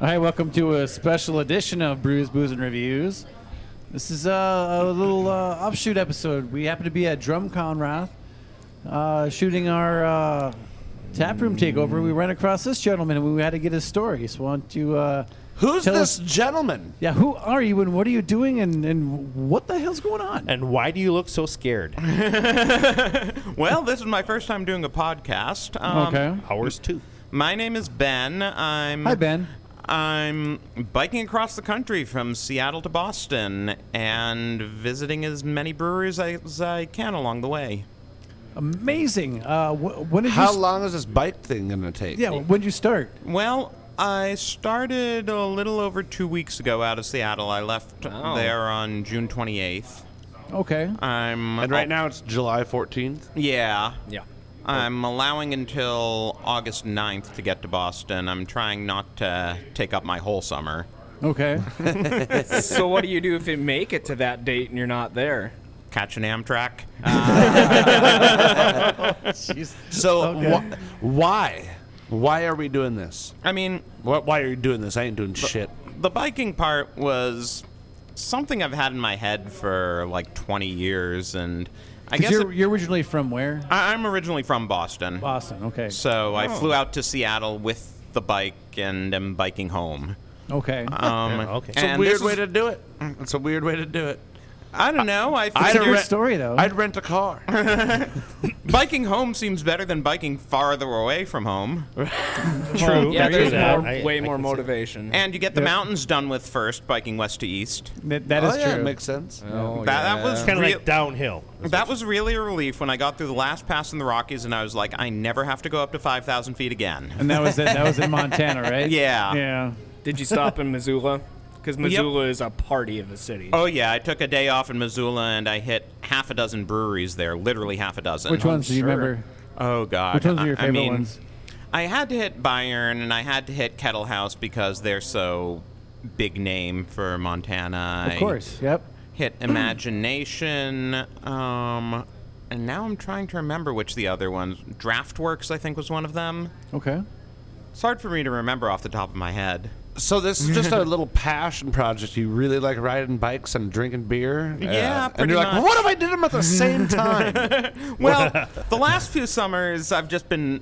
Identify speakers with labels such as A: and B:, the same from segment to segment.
A: All right, welcome to a special edition of Brews, Booze, and Reviews. This is uh, a little uh, offshoot episode. We happen to be at DrumCon Wrath uh, shooting our uh, taproom takeover. We ran across this gentleman and we had to get his story. So, why don't you. Uh,
B: Who's
A: Tell
B: this gentleman?
A: yeah, who are you and what are you doing and, and what the hell's going on?
C: And why do you look so scared?
D: Well, this is my first time doing a podcast. Um,
A: okay.
C: Ours too.
D: My name is Ben. I'm
A: Hi, Ben.
D: I'm biking across the country from Seattle to Boston and visiting as many breweries as I can along the way.
A: Amazing. Uh, wh- when did you
B: How
A: s-
B: long is this bike thing gonna take?
A: Yeah, when did you start?
D: Well, I started a little over two weeks ago out of Seattle. I left
B: Oh.
D: there on June 28th.
A: Okay.
D: Uh, I'm
B: And right now it's July 14th.
D: Yeah.
C: Yeah.
D: I'm allowing until August 9th to get to Boston. I'm trying not to take up my whole summer.
A: Okay.
E: so what do you do if you make it to that date and you're not there?
D: Catch an Amtrak.
A: Jeez.
B: So
A: Okay.
B: wh- why? Why are we doing this?
D: I mean,
B: Wh- Why are you doing this? I ain't doing shit.
D: the biking part was something I've had in my head for like 20 years, and I
A: 'Cause
D: guess
A: you're,
D: it-
A: you're originally from where?
D: I- I'm originally from Boston,
A: Boston. Okay.
D: so I flew out to Seattle with the bike and am biking home.
A: Okay.
D: Um,
C: Yeah, okay.
B: It's a
D: and
B: weird
D: this
B: way
D: is-
B: to do it. It's a weird way to do it.
D: I don't know. I
B: I
A: It's a
B: don't
A: good
D: figured
B: re-
A: story, though.
B: I'd rent a car.
D: biking home seems better than biking farther away from home.
A: True.
E: Yeah,
C: There
E: there's
C: is that.
E: more,
C: I-
E: way
C: I
E: more
C: can see
E: motivation.
D: And you get the
A: Yeah.
D: mountains done with first, biking west to east.
A: That, that is
B: oh, yeah,
A: true.
B: makes sense.
E: Oh,
D: That, that was
C: It's kind of
D: real-
C: like downhill.
D: That was really a relief when I got through the last pass in the Rockies, and I was like, I never have to go up to 5,000 feet again.
A: and that was it. That was in Montana, right?
D: Yeah.
A: Yeah.
E: Did you stop in Missoula? Because Missoula is a party of a city.
D: Oh yeah, I took a day off in Missoula, and I hit half a dozen breweries there, literally half a dozen.
A: Which ones do you remember?
D: Oh god,
A: Which ones are your
D: I-
A: favorite
D: I mean,
A: ones?
D: I had to hit Bayern, and I had to hit Kettle House because they're so big name for Montana.
A: Of course. Yep.
D: I hit Imagination. Um, and now I'm trying to remember which the other ones. Draftworks, I think, was one of them.
A: Okay.
D: It's hard for me to remember off the top of my head.
B: So this is just a little passion project. You really like riding bikes and drinking beer. Uh,
D: Yeah,
B: and
D: pretty
B: you're like,
D: much.
B: what if I did them at the same time?
D: Well, the last few summers, I've just been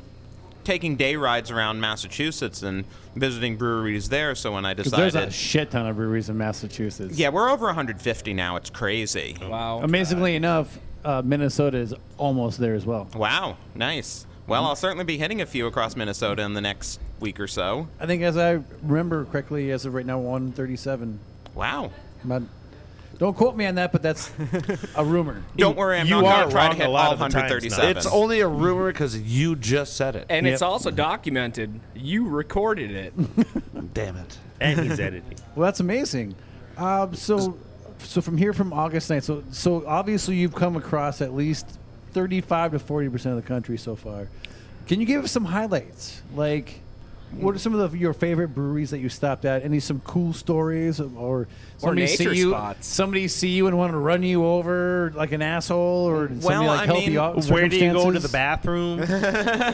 D: taking day rides around Massachusetts and visiting breweries there. So when I
A: 'Cause There's a
D: decided,
A: shit ton of breweries in Massachusetts.
D: yeah, we're over 150 now. It's crazy.
C: Oh.
E: Wow.
A: Amazingly enough, uh, Minnesota is almost there as well.
D: Wow, nice.
C: Mm-hmm.
D: Well, I'll certainly be hitting a few across Minnesota in the next week or so.
A: I think, as I remember correctly, as of right now, 137.
D: Wow.
A: But don't quote me on that, but that's a rumor.
D: Don't worry, I'm
C: you
D: not
C: are
D: going to try to
C: wrong
D: hit
C: a lot
D: all
C: of the times now.
D: 137.
B: it's only a rumor because you just said it.
E: And it's
A: Yep.
E: also documented. You recorded it.
B: Damn it.
C: And he's editing.
A: Well, that's amazing. Um, so, so from here, from August 9th, so so obviously you've come across at least 35 to 40 percent of the country so far. Can you give us some highlights? Like, what are some of the, your favorite breweries that you stopped at? Any some cool stories or somebody
E: nature
A: see you,
E: spots.
A: somebody see you and want to run you over like an asshole, or did somebody
D: Well,
A: like
D: I
A: help
D: mean,
A: you out? in
C: Where do you go to the
A: circumstances?
C: bathroom?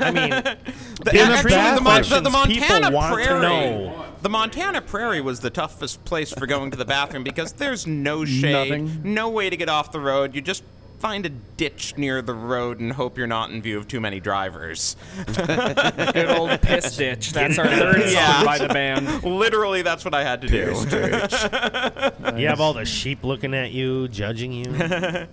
C: I mean,
D: The-
C: Dinner
D: actually, the, Mon- the, the
C: bathroom.
D: Montana
C: People want to
D: Prairie.
C: know.
D: The Montana Prairie was the toughest place for going to the bathroom because there's no shade,
A: Nothing.
D: no way to get off the road. You just find a ditch near the road and hope you're not in view of too many drivers.
E: Good old piss ditch. That's our third
D: Yeah.
E: song by the band.
D: Literally, that's what I had to do.
C: you have all the sheep looking at you, judging you.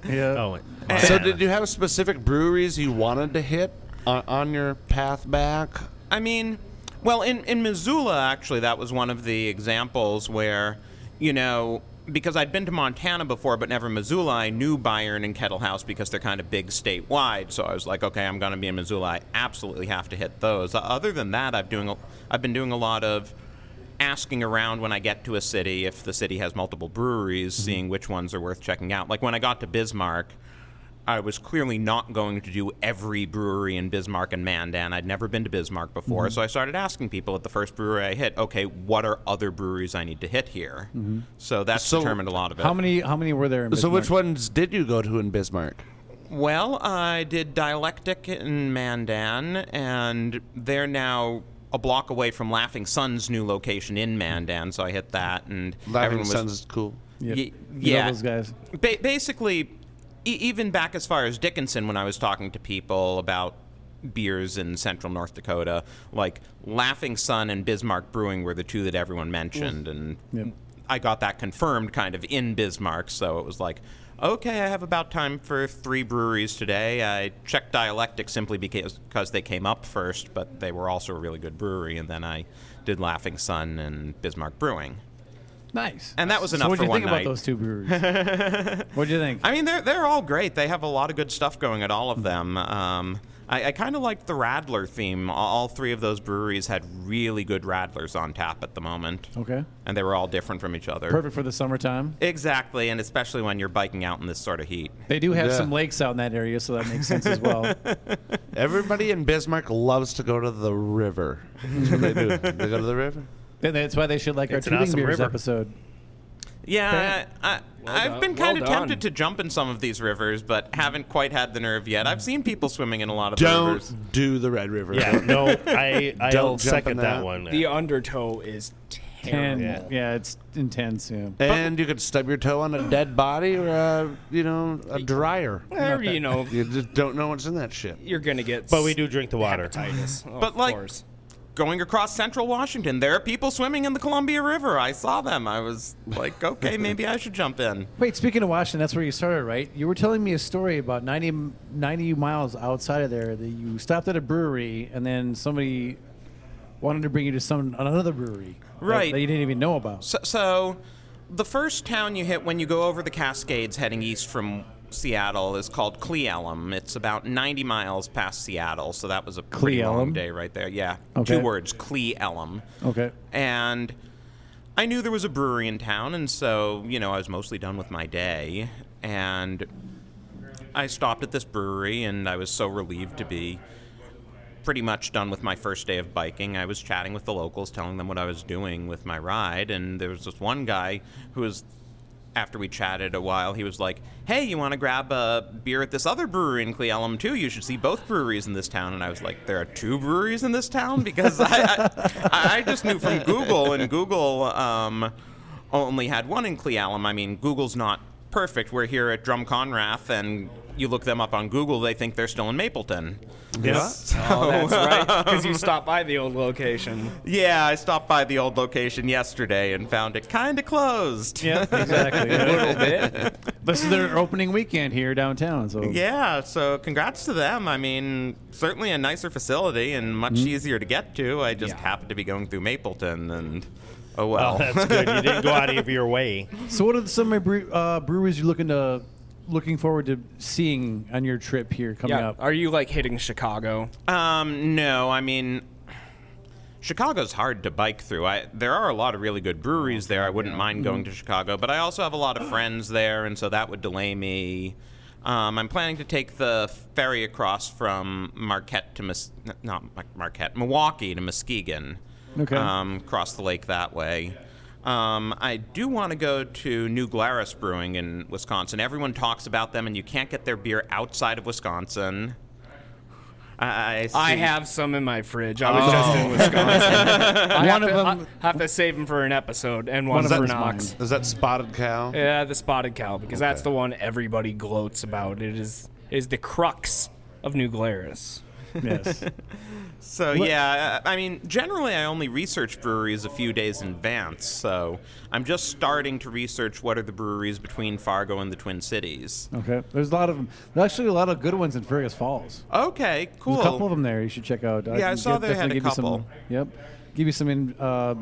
A: Yeah.
C: Oh, and-
B: So did you have specific breweries you wanted to hit on, on your path back?
D: I mean, well, in, in Missoula, actually, that was one of the examples where, you know, because I'd been to Montana before, but never Missoula, I knew Byron and Kettle House because they're kind of big statewide. So I was like, okay, I'm going to be in Missoula. I absolutely have to hit those. O- Other than that, I've doing a, I've been doing a lot of asking around when I get to a city if the city has multiple breweries, seeing which ones are worth checking out. Like when I got to Bismarck, I was clearly not going to do every brewery in Bismarck and Mandan. I'd never been to Bismarck before,
A: Mm-hmm.
D: so I started asking people at the first brewery I hit, okay, what are other breweries I need to hit here? So that's
B: So
D: determined a lot of it.
A: Mm-hmm. How many? How many were there? In
B: So which
A: Bismarck?
B: ones did you go to in Bismarck?
D: Well, I did Dialectic in Mandan, and they're now a block away from Laughing Sun's new location in Mandan, so I hit that, and
B: Laughing
D: everyone was
B: Sons is cool.
A: Yep.
D: Y-
A: You know
D: yeah.
A: those guys.
D: ba- basically, e- even back as far as Dickinson, when I was talking to people about beers in central North Dakota, like Laughing Sun and Bismarck Brewing were the two that everyone mentioned. And
A: Yep.
D: I got that confirmed kind of in Bismarck. So it was like, okay, I have about time for three breweries today. I checked Dialectic simply because, because they came up first, but they were also a really good brewery. And then I did Laughing Sun and Bismarck Brewing.
A: Nice.
D: And that was
A: So
D: enough
A: what'd
D: for
A: you
D: one
A: think
D: night.
A: about those two breweries? what'd you think?
D: I mean, they're they're all great. They have a lot of good stuff going at all of
A: Mm-hmm.
D: them. Um, I, I kind of liked the Radler theme. All, all three of those breweries had really good Radlers on tap at the moment,
A: okay.
D: and they were all different from each other.
A: Perfect for the summertime.
D: Exactly, and especially when you're biking out in this sort of heat.
A: They do have
B: Yeah.
A: some lakes out in that area, so that makes sense as well.
B: Everybody in Bismarck loves to go to the river. That's what they do. They go to the river.
A: and that's why they should like
C: It's
A: our
C: an
A: tubing
C: awesome
A: beers
C: river.
A: episode.
D: Yeah, I, I, I've
E: done-
D: been
E: well
D: kind of
E: done.
D: tempted to jump in some of these rivers, but
A: Mm-hmm.
D: haven't quite had the nerve yet. I've seen people swimming in a lot of the rivers.
B: Don't do the Red River.
C: Yeah, no, I I'll
B: Don't jump in
C: second that
B: that.
C: one.
E: The undertow is
A: And
E: terrible.
A: yeah. it's intense. Yeah.
B: And you could stub your toe on a dead body or a, you know, a dryer.
E: Or, you know,
B: You just don't know what's in that shit.
E: you're gonna get.
C: but we do drink the water.
E: hepatitis. Oh,
D: But,
E: of
D: like-
E: course.
D: Going across central Washington, there are people swimming in the Columbia River. I saw them. I was like, okay, maybe I should jump in.
A: Wait, speaking of Washington, that's where you started, right? You were telling me a story about 90, m- 90 miles outside of there that you stopped at a brewery and then somebody wanted to bring you to some another brewery that-
D: Right.
A: that you didn't even know about.
D: So, so the first town you hit when you go over the Cascades heading east from Seattle is called Cleellum. It's about 90 miles past Seattle, so that was a pretty long
A: Cleellum?
D: day right there. Yeah,
A: Okay.
D: two words, Cleellum.
A: Okay.
D: And I knew there was a brewery in town, and so, you know, I was mostly done with my day. And I stopped at this brewery, and I was so relieved to be pretty much done with my first day of biking. I was chatting with the locals, telling them what I was doing with my ride, and there was this one guy who was. After we chatted a while, he was like, "Hey, you want to grab a beer at this other brewery in Cleellum too? You should see both breweries in this town." And I was like, "There are two breweries in this town because I, I, I just knew from Google, and Google um, only had one in Cleallum. I mean, Google's not perfect. We're here at Drum Conrath, and you look them up on Google, they think they're still in Mapleton.
C: Yes.
E: Oh, that's right. Because you stopped by the old location.
D: Yeah, I stopped by the old location yesterday and found it kind of closed.
A: Yeah, exactly. This is their opening weekend here downtown, so
D: Yeah, so congrats to them. I mean, certainly a nicer facility and much easier to get to. I just
E: Yeah.
D: happened to be going through Mapleton, and oh well.
C: Oh, that's good. You didn't go out of your way.
A: So, what are some of the bre- uh, breweries you're looking to looking forward to seeing on your trip here coming
E: Yeah.
A: up?
E: Are you like hitting Chicago?
D: Um, no, I mean, Chicago's hard to bike through. I there are a lot of really good breweries there. I wouldn't mind going to Chicago, but I also have a lot of friends there, and so that would delay me. Um, I'm planning to take the ferry across from Marquette to Mes- not Ma- Marquette, Milwaukee to Muskegon.
A: Okay.
D: Um, cross the lake that way. Um, I do want to go to New Glarus Brewing in Wisconsin. Everyone talks about them, and you can't get their beer outside of Wisconsin. I, I,
E: I
D: see.
E: have some in my fridge. I was just in Wisconsin. I
A: One
E: have
A: of
E: to,
A: them-
E: I have to save them for an episode and one
A: of
E: for
A: them's
E: Knox.
B: Is that spotted cow?
E: Yeah, the spotted cow because that's the one everybody gloats about. It is it is the crux of New Glarus.
A: yes.
D: So yeah, I I mean, generally I only research breweries a few days in advance, so I'm just starting to research what are the breweries between Fargo and the Twin Cities.
A: Okay. There's a lot of them. There's actually a lot of good ones in Fergus Falls.
D: Okay, cool.
A: There's a couple of them there you should check out.
D: Yeah, I
A: can
D: saw
A: get-
D: they had
A: definitely
D: a
A: give you some-
D: couple.
A: yep. Give you some, in, uh,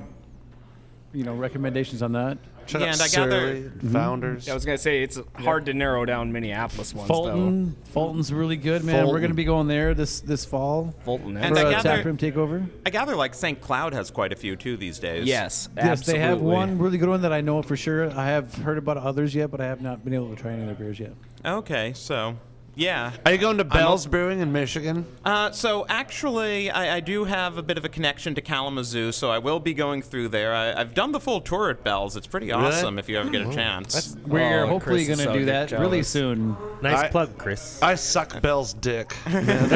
A: you know, recommendations on that.
B: Shut
D: Yeah,
B: up,
D: and I gather- Mm-hmm.
B: Surly, Founders.
E: I was gonna say it's hard to narrow down Minneapolis ones
A: Fulton. Fulton's really good, man. We're
B: Fulton.
A: going to be going there this this fall.
E: though. Fulton.
D: And
A: for
D: I
A: a
D: gather-
A: taproom takeover.
D: I gather like St. Cloud has quite a few too these days.
E: yes,
A: Yes, they have
E: absolutely.
A: one really good one that I know for sure. I have heard about others yet, but I have not been able to try any of their beers yet.
D: Okay, so yeah.
B: Are you going to Bell's Brewing in Michigan?
D: Uh, so actually, I, I do have a bit of a connection to Kalamazoo, so I will be going through there. I, I've done the full tour at Bells. It's pretty awesome if you ever get a chance.
A: We're
E: Oh,
A: hopefully
E: Chris
A: going
E: is
A: to
E: so
A: do that really
E: jealous.
A: soon.
C: Nice
B: I-
C: plug, Chris.
B: I suck Bell's dick. I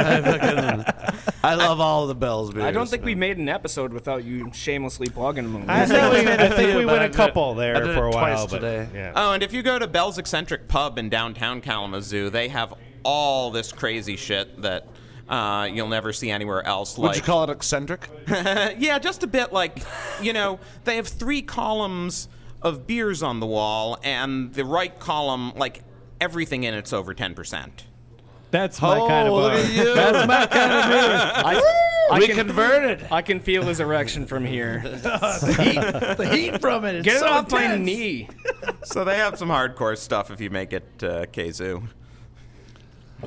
B: love all the Bell's beers.
E: I don't think we
B: man.
E: made an episode without you shamelessly plugging them.
C: I think we, I think
B: few,
C: we
B: but
C: went
B: I
C: a
B: did it-
C: couple
B: I
C: there
B: did
C: for a
B: it
C: while,
B: twice
C: but
B: today.
C: yeah.
A: Uh,
D: Oh, and if you go to Bell's Eccentric Pub in downtown Kalamazoo, they have all this crazy shit that uh, you'll never see anywhere else.
B: Would
D: like,
B: you call it eccentric?
D: yeah, just a bit like, you know, they have three columns of beers on the wall, and the right column, like, everything in it's over 10%.
A: That's my kind of
B: look
A: bar.
B: at you.
A: That's my kind of beer.
E: I, I
B: we
E: can,
B: converted.
E: I can feel his erection from here.
A: the heat from it. It's
E: Get it
A: so
E: off my
A: intense.
E: knee.
D: So they have some hardcore stuff if you make it uh, Kazoo.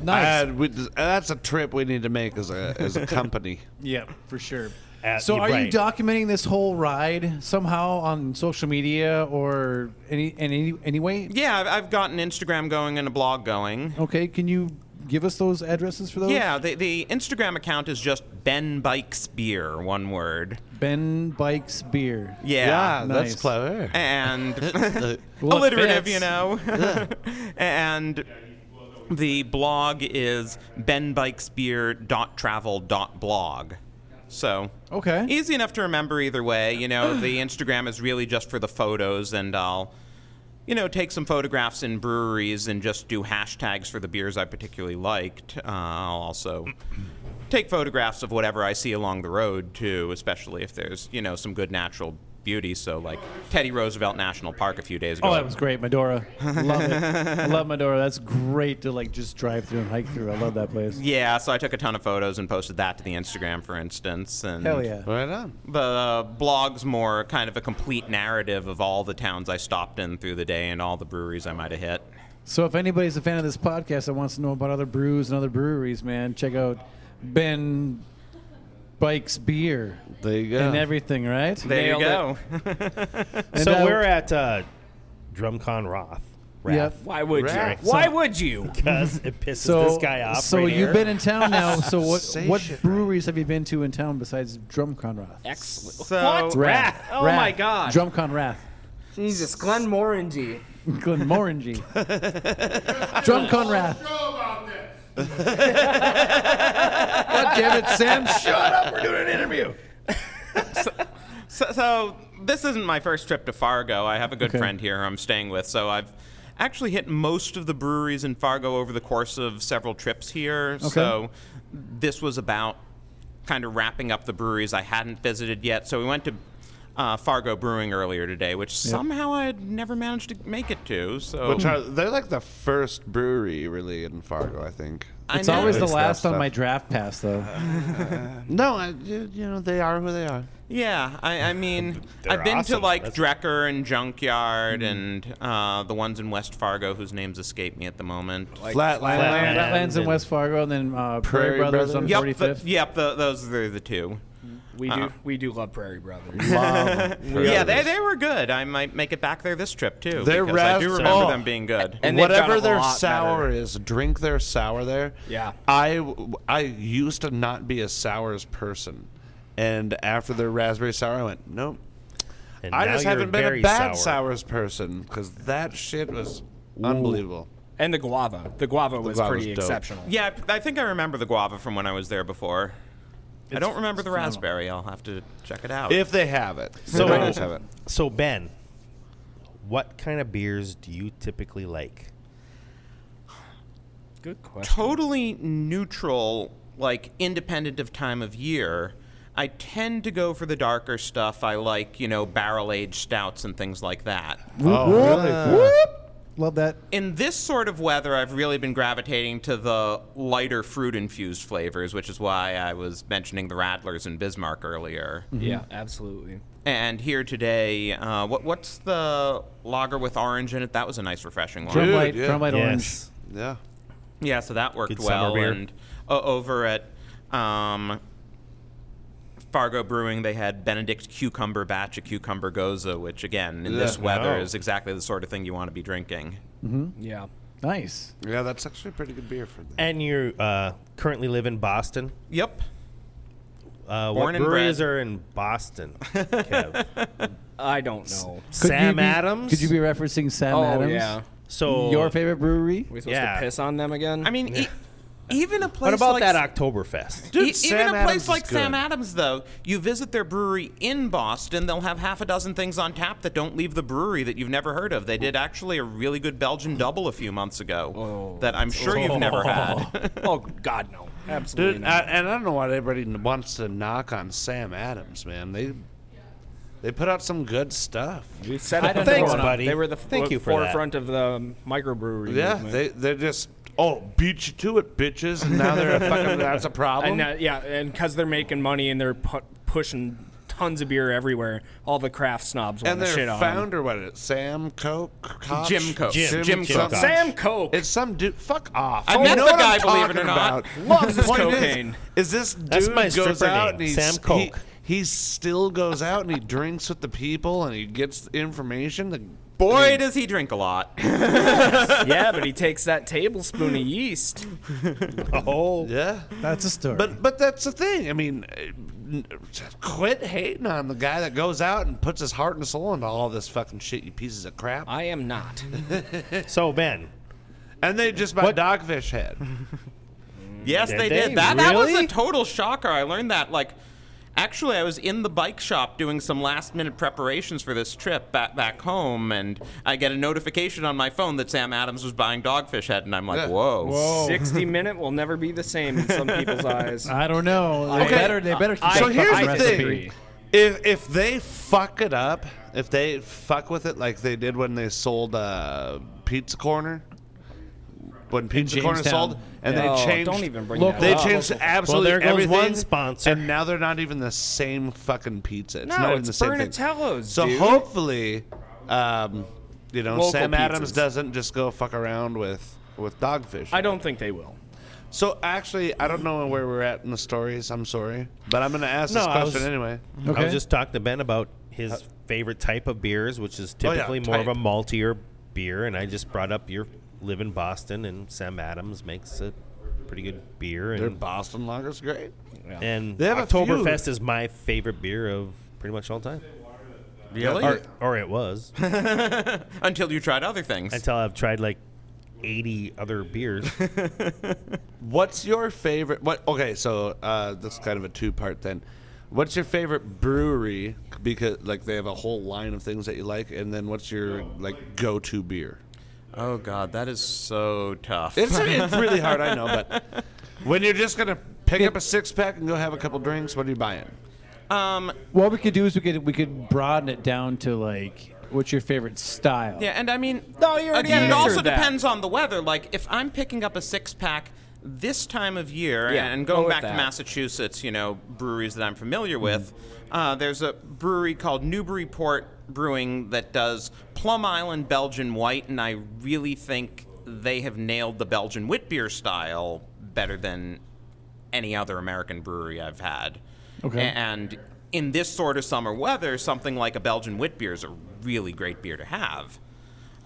A: Nice.
B: Uh, we just- that's a trip we need to make as a as a company.
A: yeah, for sure.
C: At-
A: so,
C: you're
A: are you
C: right.
A: documenting this whole ride somehow on social media or any in any any way?
D: Yeah, I've, I've got an Instagram going and a blog going.
A: Okay, can you give us those addresses for those?
D: Yeah, the, the Instagram account is just Ben Bikes Beer, one word.
A: Ben Bikes Beer.
D: Yeah.
A: nice.
B: that's clever.
D: And
B: Uh,
A: Well, it
D: alliterative,
A: fits.
D: you know. and the blog is benbikesbeer.travel.blog. So
A: Okay.
D: easy enough to remember either way. You know, the Instagram is really just for the photos, and I'll, you know, take some photographs in breweries and just do hashtags for the beers I particularly liked. Uh, I'll also take photographs of whatever I see along the road too, especially if there's you know some good natural beauty. So like Teddy Roosevelt National Park a few days ago.
A: Oh, that was great, Medora. Love it. I love Medora. That's great to like just drive through and hike through. I love that place.
D: yeah, so I took a ton of photos and posted that to the Instagram, for instance. And
A: Hell yeah.
B: right on.
D: The uh, blog's more kind of a complete narrative of all the towns I stopped in through the day and all the breweries I might have hit.
A: So if anybody's a fan of this podcast that wants to know about other brews and other breweries, man, check out Ben Bikes Beer
B: There you go.
A: and everything, right?
D: There
E: Nailed
D: you go.
A: And,
C: so
A: uh,
C: we're at uh, DrumCon Roth.
A: Yep.
E: Why would you?
B: Right.
E: Why would you?
C: Because it pisses
A: So
C: this guy off.
A: so
C: right
A: you've
C: here.
A: been in town now. So what
B: Say
A: what
B: shit,
A: breweries have you been to in town besides Drumcon Wrath?
E: Excellent.
D: So-
E: what?
A: Wrath.
E: Wrath. Oh my god.
A: Drumcon Wrath.
E: Jesus, Glenn Morangy.
A: Glenmorangie. Drumcon Wrath. God damn it, Sam! Shut up. We're doing an interview.
D: So, so this isn't my first trip to Fargo. I have a good
A: Okay.
D: friend here who I'm staying with, so I've actually hit most of the breweries in Fargo over the course of several trips here. So this was about kind of wrapping up the breweries I hadn't visited yet. So we went to uh, Fargo Brewing earlier today, which somehow I had never managed to make it to. So
B: Which are, they're like the first brewery really in Fargo, I think.
D: I
A: It's
D: know.
A: always the
B: It's that
A: last on
B: stuff.
A: my draft pass, though.
B: No, I, you, you know they are who they are.
D: Yeah, I, I mean,
C: They're
D: I've been to
C: awesome.
D: like
C: That's-
D: Drecker and Junkyard and uh, the ones in West Fargo whose names escape me at the moment.
B: Flatland.
C: Flatland.
A: That lands in
C: and-
A: West Fargo, and then uh, Prairie,
B: Prairie
A: Brothers,
B: Brothers.
A: on
D: Yep,
A: 45th.
D: the, yep, the, those are the two.
E: We do we do love Prairie Brothers.
D: Yeah, they, they were good. I might make it back there this trip too.
B: They're
D: because I do
B: revs-
D: remember
B: oh.
D: them being good.
E: And they've gotten
B: Whatever
E: a
B: their
E: lot
B: sour
E: better.
B: is, drink their sour there.
E: Yeah.
B: I w- I used to not be a sours person, and after their raspberry sour, I went nope.
C: And
B: I
C: now
B: just
C: you're
B: haven't been
C: very
B: a bad
C: sour.
B: sours person because that shit was unbelievable.
E: And the guava. The guava was
B: guava was
E: pretty
B: dope.
E: exceptional.
D: yeah, I I think I remember the guava from when I was there before. I don't remember the raspberry. I'll have to check it out.
B: If they have it,
C: So-
B: They might have it.
C: So Ben, what kind of beers do you typically like?
E: Good question.
D: totally neutral, like independent of time of year. I tend to go for the darker stuff. I like, you know, barrel aged stouts and things like that.
B: Oh, really?
A: Love that.
D: In this sort of weather, I've really been gravitating to the lighter fruit infused flavors, which is why I was mentioning the Rattlers and Bismarck earlier.
E: Yeah, absolutely.
D: And here today, uh, what, what's the lager with orange in it? That was a nice, refreshing one.
B: Dude,
A: Drumlight,
B: yeah.
A: Drumlight Orange.
C: Yes.
B: Yeah.
D: Yeah, so that worked
C: Good summer
D: well.
C: beer.
D: And uh, over at um, Fargo Brewing, they had Benedict Cucumber Batch of Cucumber Goza, which, again, in this
B: Yeah.
D: weather,
C: Wow.
D: is exactly the sort of thing you want to be drinking.
E: Yeah.
A: Nice.
B: Yeah, that's actually a pretty good beer for them.
C: And you uh, currently live in Boston.
D: Yep.
C: Uh,
D: Born
C: what
D: and
C: breweries
D: bred.
C: are in Boston? Kev?
E: I don't know.
A: Could you
C: Sam
A: be-
C: Adams.
A: Could you be referencing Sam
E: Oh
A: Adams?
E: yeah.
C: So
A: Your favorite brewery?
E: we supposed
C: Yeah.
E: to piss on them again?
D: I mean, e- even a place
C: What about
D: like
C: that Oktoberfest?
D: E-
B: uh, Dude,
D: even
B: Sam
D: a
B: Adams
D: place
B: is
D: like Sam
B: good.
D: Adams, though, you visit their brewery in Boston, they'll have half a dozen things on tap that don't leave the brewery that you've never heard of. They did actually a really good Belgian double a few months ago that I'm sure you've never had. uh,
E: oh God, no, absolutely
B: Dude, I,
E: not.
B: and I don't know why everybody wants to knock on Sam Adams, man. They they put out some good stuff.
E: we said
C: I
E: it
C: don't
E: before.
C: know, buddy.
E: They were the
C: Thank
E: f-
C: you for that.
E: forefront of the microbrewery.
B: Yeah,
E: movement.
B: they they're just oh beat you to it, bitches, and now they're a fucking that's a problem.
E: And uh, yeah, and because they're making money and they're pu- pushing tons of beer everywhere, all the craft snobs want
B: And
E: the
B: their
E: shit on. 'em.
B: founder, what is it? Sam Coke? Koch?
D: Jim Koch.
C: Jim- Jim Koch.
B: something.
E: Sam Coke.
B: It's some dude. Fuck off.
D: I
B: You
D: met
B: know
D: the
B: what I'm
D: guy, believe it
B: talking
D: or not.
B: about.
E: Loves
B: The
E: his
B: point
E: cocaine.
B: Is, is this dude
C: That's my
B: goes
C: stripper
B: out
C: name,
B: and he's,
C: Sam Coke.
B: He, he still goes out and he drinks with the people and he gets information. The
D: Boy, does he drink a lot.
E: yeah, but he takes that tablespoon of yeast.
C: Oh,
B: yeah.
A: That's a story.
B: But but that's the thing. I mean, uh, n- quit hating on the guy that goes out and puts his heart and soul into all this fucking shit. You pieces of crap.
E: I am not.
C: so Ben,
B: and they just bought Dogfish Head.
D: Yes,
C: Did
D: they,
C: they?
D: did. That, that was a
C: Really?
D: total shocker. I learned that like actually I was in the bike shop doing some last minute preparations for this trip back back home and I get a notification on my phone that Sam Adams was buying Dogfish Head and I'm like,
B: Yeah.
C: Oh.
D: "Whoa."
A: Whoa.
E: 60 minute will never be the same in some people's eyes.
A: I don't know. They
E: Okay.
A: better. They better. Keep
E: I-
A: that
B: so
E: fucking
B: here's
A: fucking
B: the
A: recipe.
E: agree.
B: thing: if if they fuck it up, if they fuck with it like they did when they sold uh, Pizza Corner, when Pizza Corner
A: Jamestown.
B: sold, and
E: Oh,
B: they changed,
E: don't even bring
A: Look,
E: that
B: they
E: up.
B: changed absolutely
C: there goes
B: everything.
C: one sponsor.
B: and now they're not even the same fucking pizza. It's
E: No,
B: not even
E: it's
B: the same thing.
E: Bernatello's,
B: So
E: dude.
B: hopefully, um, you know,
E: Local
B: Sam Adams
E: pizzas.
B: doesn't just go fuck around with with dogfish.
E: I don't think they will.
B: So actually, I don't know where we're at in the stories. I'm sorry, but I'm gonna ask
C: No,
B: this
C: I
B: question
C: was-
B: anyway.
E: Mm-hmm.
C: I
A: Okay.
C: was just talking to Ben about his favorite type of beers, which is
B: Uh, Oh, yeah,
C: typically more of a
B: type.
C: maltier beer, and I just brought up your live in Boston, and Sam Adams makes a pretty good beer,
B: Their
C: and
B: Boston lager's great.
C: and
B: They have a few.
C: Oktoberfest is my favorite beer of pretty much all time,
D: Really?
C: or, or it was
D: Until you tried other things.
C: until I've tried like eighty other beers.
B: What's your favorite? What? Okay, so uh, that's kind of a two-part then. What's your favorite brewery? Because like they have a whole line of things that you like, and then what's your like go-to beer?
D: oh god, that is so tough.
B: It's, it's really hard, I know, but when you're just gonna pick up a six-pack and go have a couple drinks, what are you buying?
D: um
A: What we could do is we could we could broaden it down to like what's your favorite style?
D: Yeah, and I mean,
E: No, you already
D: again, it
E: answered
D: also
E: that.
D: depends on the weather. Like, if I'm picking up a six pack this time of year,
E: Yeah,
D: and
E: go
D: going
E: with
D: back to
E: that.
D: Massachusetts, you know, breweries that I'm familiar with, uh, there's a brewery called Newburyport Brewing that does Plum Island Belgian White, and I really think they have nailed the Belgian wit beer style better than any other American brewery I've had.
A: Okay.
D: A- And in this sort of summer weather, something like a Belgian wit beer is a really great beer to have.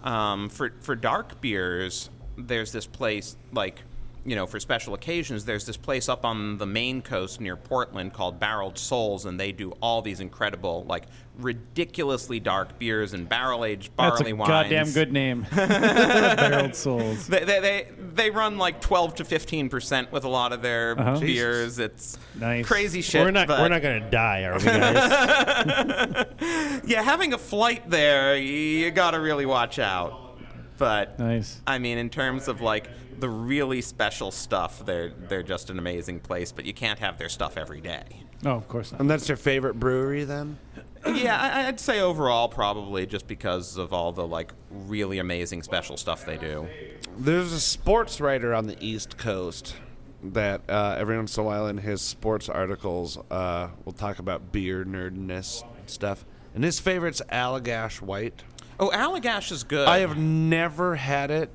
D: Um, for for dark beers, there's this place like you know for special occasions. There's this place up on the main coast near Portland called Barreled Souls, and they do all these incredible like ridiculously dark beers and barrel aged barley
A: That's a
D: wines.
A: goddamn good name. Barreled souls.
D: They, they, they, they run like 12 to 15 percent with a lot of their
A: Uh-huh.
D: beers. It's
A: Nice.
D: crazy shit.
C: we're not
D: but
C: we're not gonna die, are we? Guys?
D: yeah, having a flight there, you gotta really watch out. But
A: Nice.
D: I mean, in terms of like the really special stuff, they're they're just an amazing place. But you can't have their stuff every day.
A: No, Oh, of course not.
B: And that's your favorite brewery then?
D: yeah, I, I'd say overall probably just because of all the like really amazing special stuff they do.
B: There's a sports writer on the East Coast that uh, every once in a while in his sports articles uh, will talk about beer nerdness and stuff. And his favorite's Allagash White.
D: Oh, Allagash is good.
B: I have never had it.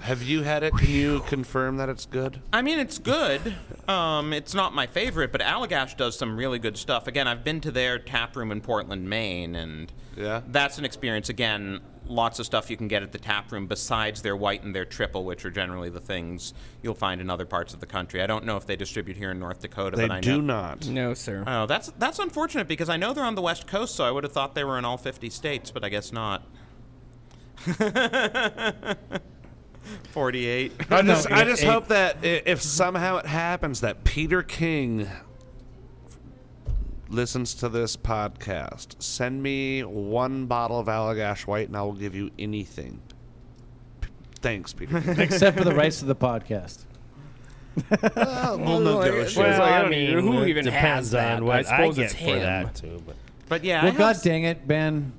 B: Have you had it? Can you confirm that it's good?
D: I mean, it's good. Um, it's not my favorite, but Allagash does some really good stuff. Again, I've been to their tap room in Portland, Maine, and
B: Yeah.
D: that's an experience. Again, lots of stuff you can get at the tap room besides their white and their triple, which are generally the things you'll find in other parts of the country. I don't know if they distribute here in North Dakota,
B: They
D: but I
B: do
D: know.
B: not.
E: No, sir.
D: Oh, that's that's unfortunate because I know they're on the West Coast, so I would have thought they were in all 50 states, but I guess not. Forty-eight.
B: I just,
E: No,
B: I
E: it-
B: just
E: it-
B: hope that i- if somehow it happens that Peter King listens to this podcast, send me one bottle of Allagash White and I will give you anything. P- Thanks, Peter. King.
A: except for the rights to the podcast. Oh,
B: we'll negotiate.
E: Well,
C: Like,
E: I mean, who
C: it
E: even
C: depends
E: has that?
C: on
E: But
C: what
E: I suppose
C: get
E: it's
C: for
E: him.
C: that too. But
D: But yeah, I
A: Well,
D: have
A: god
D: s-
A: dang it, Ben.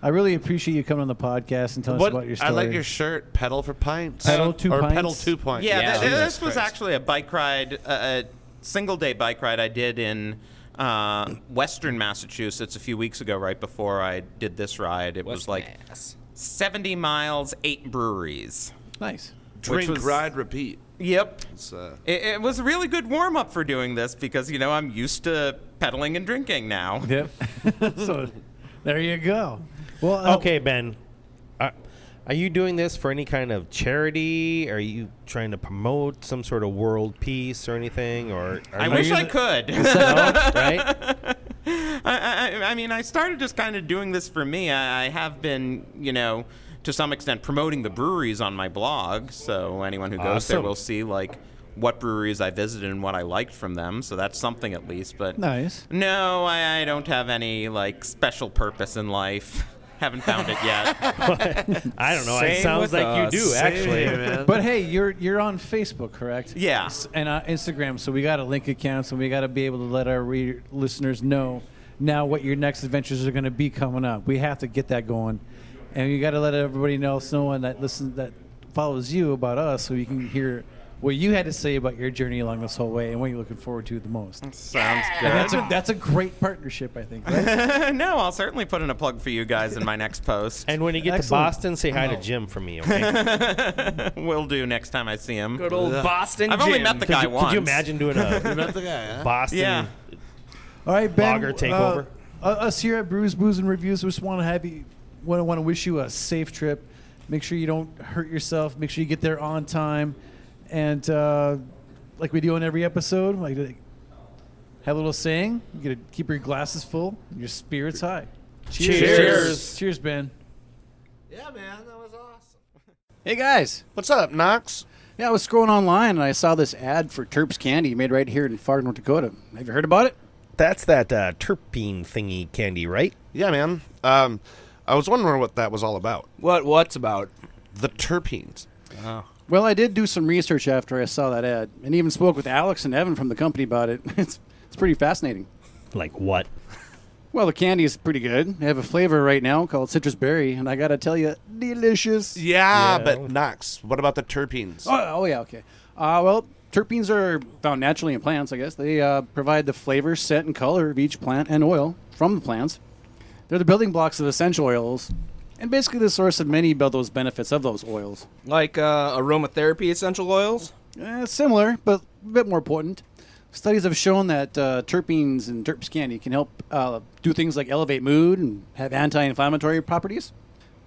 A: I really appreciate you coming on the podcast and telling
B: What-
A: us about your story.
B: I like your shirt, pedal for pints.
A: Pedal to
B: or
A: pints?
B: pedal two pints.
D: Yeah,
E: Yeah.
D: th-
E: Jesus
D: this was actually a bike ride, a a single day bike ride I did in uh, Western Massachusetts a few weeks ago, right before I did this ride. It was like 70 miles, eight breweries.
A: nice.
B: Drink,
D: was-
B: ride, repeat.
D: Yep.
B: It's, uh,
D: It, it was a really good warm up for doing this because, you know, I'm used to pedaling and drinking now.
A: Yep. so there you go. Well, uh,
C: okay, Ben, are, are you doing this for any kind of charity? Are you trying to promote some sort of world peace or anything? Or are
D: I
C: you
D: wish I
C: using-
D: could.
A: uh,
C: No, right?
D: I, I, I mean, I started just kind of doing this for me. I, I have been, you know, to some extent promoting the breweries on my blog. So anyone who goes there
C: Awesome.
D: will see, like, what breweries I visited and what I liked from them. So that's something at least. But
A: Nice.
D: no, I, I don't have any, like, special purpose in life. Haven't found it yet.
C: I don't know.
E: Same
C: It sounds
E: with
C: like
E: us.
C: you do
E: Same,
C: actually.
A: But hey, you're you're on Facebook, correct?
D: Yeah.
A: S- And on Instagram, so we got to link accounts, and we got to be able to let our re- listeners know now what your next adventures are going to be coming up. We have to get that going, and you got to let everybody know, someone that listens that follows you about us, so you can hear what you had to say about your journey along this whole way and what you're looking forward to the most.
D: Sounds
A: And that's
D: good.
A: a that's a great partnership, I think. right?
D: no, I'll certainly put in a plug for you guys in my next post.
C: And when you get to
A: Excellent.
C: Boston, say hi to Jim for me. Okay?
D: We'll do next time I see him.
E: Good old Boston.
D: I've only
E: Jim.
D: met the
C: could,
D: guy
C: you,
D: once.
C: could you imagine doing a
B: Not the guy, huh?
C: Boston?
D: Yeah.
A: All right, Ben.
C: Lager
A: uh,
C: takeover.
A: uh, us here at Brews, Booze, and Reviews just want to have you. Want to want to wish you a safe trip. Make sure you don't hurt yourself. Make sure you get there on time, and uh, like we do on every episode, like like, have a little saying. You gotta keep your glasses full, and your spirits high. Cheers.
E: Cheers.
A: Cheers, Ben.
B: Yeah, man, that was awesome.
F: Hey guys,
B: What's up, Knox?
F: yeah, I was scrolling online and I saw this ad for Terps Candy made right here in far North Dakota. Have you heard about it?
C: That's that uh, terpene thingy candy, right?
B: Yeah, man. Um, I was wondering what that was all about.
F: What? What's about?
B: The terpenes.
F: Well, I did do some research after I saw that ad, and even spoke with Alex and Evan from the company about it. It's it's pretty fascinating.
C: Like what?
F: Well, the candy is pretty good. They have a flavor right now called citrus berry, and I gotta tell you, delicious.
B: Yeah,
C: Yeah.
B: but Knox, what about the terpenes?
F: Oh, oh yeah, okay. Uh, well, terpenes are found naturally in plants, I guess. They uh, provide the flavor, scent, and color of each plant and oil from the plants. They're the building blocks of essential oils, and basically the source of many of those benefits of those oils.
E: Like uh, aromatherapy essential oils.
F: Uh, similar, but a bit more potent. Studies have shown that uh, terpenes and terps candy can help uh, do things like elevate mood and have anti-inflammatory properties.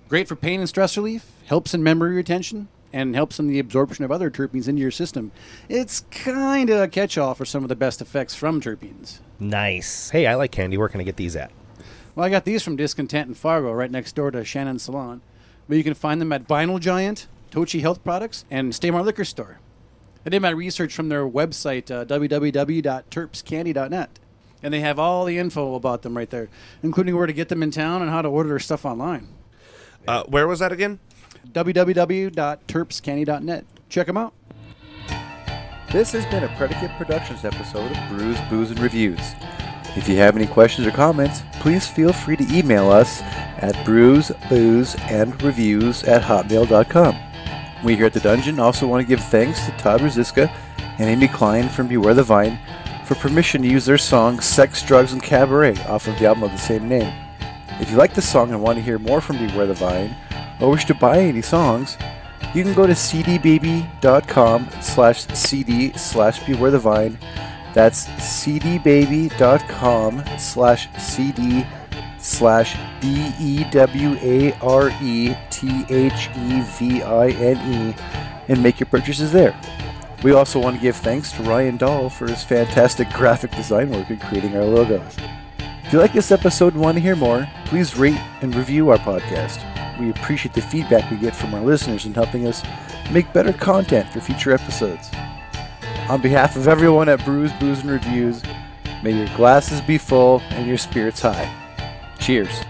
F: Great for pain and stress relief. Helps in memory retention and helps in the absorption of other terpenes into your system. It's kind of a catch-all for some of the best effects from terpenes.
C: Nice. Hey, I like candy. Where can I get these at?
F: Well, I got these from Discontent in Fargo, right next door to Shannon Salon. But you can find them at Vinyl Giant, Tochi Health Products, and Staymar Liquor Store. I did my research from their website, uh, www.terpscandy.net. And they have all the info about them right there, including where to get them in town and how to order their stuff online.
B: Uh, where was that again?
F: www.terpscandy.net. Check them out.
G: This has been a Predicate Productions episode of Brews, Booze, and Reviews. If you have any questions or comments, please feel free to email us at brews, booze, and reviews at hotmail.com. We here at The Dungeon also want to give thanks to Todd Rosiska and Amy Klein from Beware the Vine for permission to use their song Sex, Drugs, and Cabaret off of the album of the same name. If you like this song and want to hear more from Beware the Vine, or wish to buy any songs, you can go to cdbaby.com slash cd slash beware the vine. That's cdbaby.com slash cd slash b e w a r e t h e v i n e and make your purchases there. We also want to give thanks to Ryan Dahl for his fantastic graphic design work in creating our logos. If you like this episode and want to hear more, please rate and review our podcast. We appreciate the feedback we get from our listeners in helping us make better content for future episodes. On behalf of everyone at Brews, Booze, and Reviews, may your glasses be full and your spirits high. Cheers.